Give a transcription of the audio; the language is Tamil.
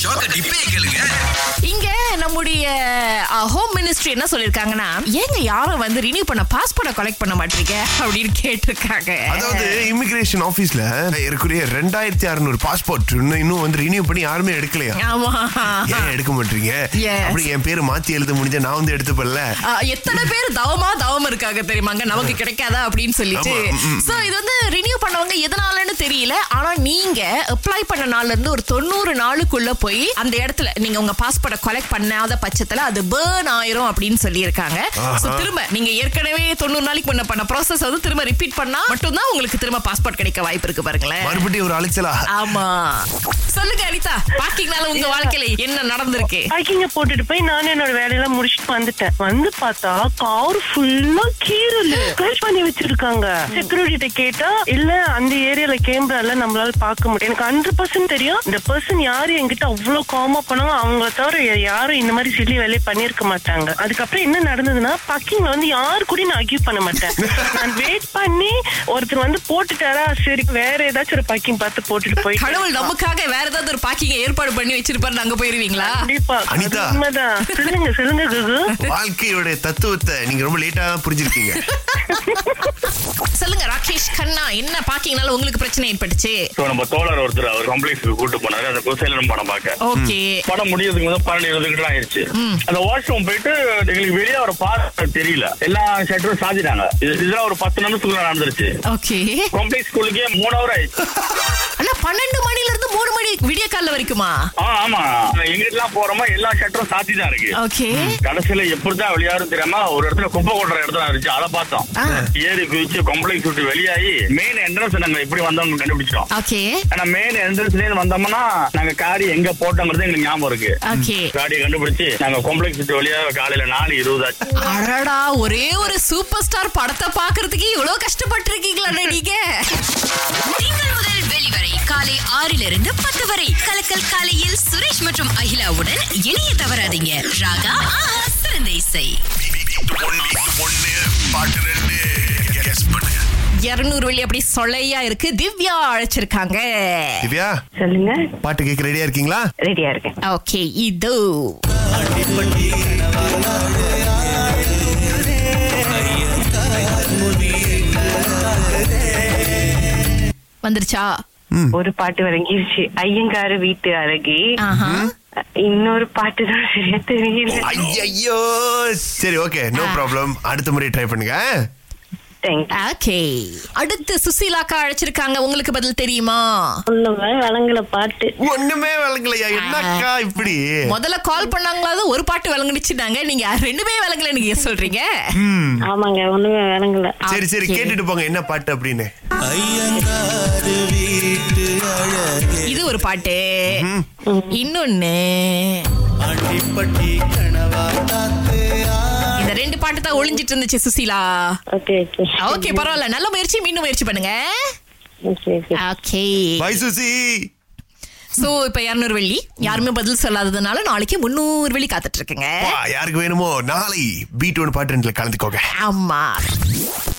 ஷாக்க டிப்பே கேளுங்க இங்க நம்முடைய ஹோம் மினிஸ்ட்ரி என்ன சொல்லிருக்காங்கன்னா ஏங்க யாரும் வந்து ரினியூ பண்ண பாஸ்போர்ட்டை கலெக்ட் பண்ண மாட்டீங்க அப்படின்னு கேட்டிருக்காங்க அதாவது இமிகிரேஷன் ஆபீஸ்ல இருக்கக்கூடிய ரெண்டாயிரத்தி அறுநூறு பாஸ்போர்ட் இன்னும் இன்னும் வந்து ரினியூ பண்ணி யாருமே எடுக்கலையா ஆமா ஏன் எடுக்க மாட்டீங்க Yes. அப்படி என் பேரு மாத்தி எழுத முடிஞ்ச நான் வந்து எடுத்துப்பல்ல ஆ, எத்தனை பேர் தவமா தவம் இருக்காங்க தெரியுமாங்க நமக்கு கிடைக்காதா அப்படின்னு சொல்லிட்டு ஆமா, ம், ம். சோ இது வந்து ரினியூ பண்ணவங்க எதனாலன்னு தெரியல ஆனா நீங்க அப்ளை பண்ண நாள்ல இருந்து ஒரு தொண்ணூறு நாளுக்குள்ள போய் அந்த இடத்துல நீங்க உங்க பாஸ்போர்ட்டை கலெக்ட் பண்ணாத பட்சத்துல அது பேர்ன் ஆயிரும் அப்படின்னு சொல்லியிருக்காங்க சோ ஆஹா. திரும்ப நீங்க ஏற்கனவே தொண்ணூறு நாளைக்கு முன்ன பண்ண ப்ராசஸ் வந்து திரும்ப ரிப்பீட் பண்ணா மட்டும்தான் உங்களுக்கு திரும்ப பாஸ்போர்ட் கிடைக்க வாய்ப்பு இருக்கு பாருங்களேன் மறுபடியும் ஒரு அலைச்சலா ஆமா சொல்லுங்க அனிதா பாக்கிங்கனால உங்க வாழ்க்கையில என்ன நடந்திருக்கு பைக்கிங்க போட்டுட்டு போய் நானும் என்னோட வேலையெல்லாம் முடிச்சிட்டு வந்துட்டேன் வந்து பார்த்தா கார் ஃபுல்லா கீறல் கட் பண்ணி வச்சிருக்காங்க செக்யூரிட்டி கேட்டா இல்ல அந்த ஏரியால கேமரால நம்மளால பார்க்க முடியும் எனக்கு ஹண்ட்ரட் பர்சன்ட் தெரியும் இந்த பர்சன் யாரு என்கிட்ட அவ்வளவு காமா பண்ணாங்க அவங்கள தவிர வேற யாரும் இந்த மாதிரி சில்லி வேலையை பண்ணியிருக்க மாட்டாங்க அதுக்கப்புறம் என்ன நடந்ததுன்னா பக்கிங்ல வந்து யாரு கூடயும் நான் அக்யூ பண்ண மாட்டேன் நான் வெயிட் பண்ணி ஒருத்தர் வந்து போட்டுட்டாரா சரி வேற ஏதாச்சும் ஒரு பக்கிங் பார்த்து போட்டுட்டு போயிட்டு கடவுள் நமக்காக வேற ஏதாவது ஒரு பாக்கிங்க ஏற்பாடு பண்ணி வச்சிருப்பாரு அங்க போயிருவீங்களா கண்டிப்பா அனிதா. அது உண்மைதான் சொல்லுங்க சொல்லுங்க குகு வாழ்க்கையோட தத்துவத்தை நீங்க ரொம்ப லேட்டா தான் புரிஞ்சிருக்கீங்க சொல்லுங்க ராகேஷ் கண்ணா என்ன பாக்கிங்கனால உங்களுக்கு பிரச்சனை ஏற்பட்டுச்சு ஸோ நம்ம தோழர் ஒருத்தர் அவர் காம்ப்ளெக்ஸுக்கு கூட்டு போனாரு அந்த குசேலனம் படம் பார்க்க ஓகே படம் முடியறதுக்கு முதல் பன்னெண்டு இருபது கிட்ட ஆயிடுச்சு அந்த வாஷ்ரூம் போயிட்டு எங்களுக்கு வெளியே அவரை பார்க்க தெரியல எல்லா ஷட்டரும் சாஞ்சிட்டாங்க இது இதெல்லாம் ஒரு பத்து நிமிஷத்துக்குள்ள நடந்துருச்சு ஓகே காம்ப்ளெக்ஸ் ஸ்கூலுக்கே மூணு ஹவர் ஆயிடுச்சு அண்ணா பன்னெண்டு மணில இருந்து மூணு மணி விடிய கால வரைக்குமா ஆ ஆமா எங்கிட்டலாம் போறோமா எல்லா ஷட்டரும் சாத்தி தான் இருக்கு ஓகே கடைசியில எப்படிதான் வெளியாரும் தெரியாம ஒரு இடத்துல குப்பை கொட்டுற இடத்துல இருந்துச்சு அதை பார்த்தோம் ஆ. ஏறி குதிச்சு காம்ப்ளெக்ஸ் விட்டு வெளியாகி மெயின் என்ட்ரன்ஸ் நாங்க எப்படி வந்தோம்னு கண்டுபிடிச்சோம் ஓகே ஆனா மெயின் என்ட்ரன்ஸ்ல வந்தோம்னா நாங்க காரி எங்க போட்டோங்கிறது எங்களுக்கு ஞாபகம் இருக்கு ஓகே காடியை கண்டுபிடிச்சு நாங்க காம்ப்ளெக்ஸ் விட்டு வழியா காலையில நாலு இருபது ஆச்சு அடடா ஒரே ஒரு சூப்பர் ஸ்டார் படத்தை பாக்குறதுக்கு இவ்வளவு கஷ்டப்பட்டு இருக்கீங்களா நீங்க திங்கள் முதல் வெளிவரை காலை ஆறிலிருந்து பத்து வரை கலக்கல் காலையில் சுரேஷ் மற்றும் அகிலாவுடன் இணைய தவறாதீங்க ராகா ஆஹா சிறந்த இசை பாட்டு ரெண்டு கெஸ் பண்ணுங்க இருநூறு வழி அப்படி சொலையா இருக்கு திவ்யா அழைச்சிருக்காங்க திவ்யா சொல்லுங்க பாட்டு கேட்க ரெடியா இருக்கீங்களா ரெடியா இருக்கேன் ஓகே இது வந்துருச்சா ஒரு பாட்டு வழங்கிருச்சு ஐயங்காரு வீட்டு அழகி ஆஹா. இன்னொரு பாட்டு தான் சரியா தெரியல ஐயோ சரி ஓகே நோ ப்ராப்ளம் அடுத்த முறை ட்ரை பண்ணுங்க தேங்க்ஸ் ஓகே அடுத்து சுசீலாக்கா அழைச்சிருக்காங்க உங்களுக்கு பதில் தெரியுமா ஒண்ணுமே வழங்கல பாட்டு ஒண்ணுமே வழங்கலையா என்னக்கா இப்படி முதல்ல கால் பண்ணாங்களாவது ஒரு பாட்டு விளங்குனுச்சுனாங்க நீங்க ரெண்டுமே விளங்கல நீங்க சொல்றீங்க ஆமாங்க ஒண்ணுமே வழங்கல சரி சரி Okay. கேட்டுட்டு போங்க என்ன பாட்டு அப்படின்னு இது ஒரு பாட்டு இன்னொன்னு இந்த ரெண்டு பாட்டு தான் ஒளிஞ்சிட்டு இருந்துச்சு சுசீலா ஓகே ஓகே ஓகே பரவாயில்ல நல்ல முயற்சி மீண்டும் முயற்சி பண்ணுங்க okay okay okay bye Susi so இப்ப இருநூறு வெள்ளி யாருமே பதில் சொல்லாததுனால நாளைக்கு முந்நூறு வெள்ளி காத்துட்டு இருக்குங்க வா, யாருக்கு வேணுமோ நாளை பீட் ஒன் பாட்டு ரெண்டுல கலந்துக்கோங்க ஆமா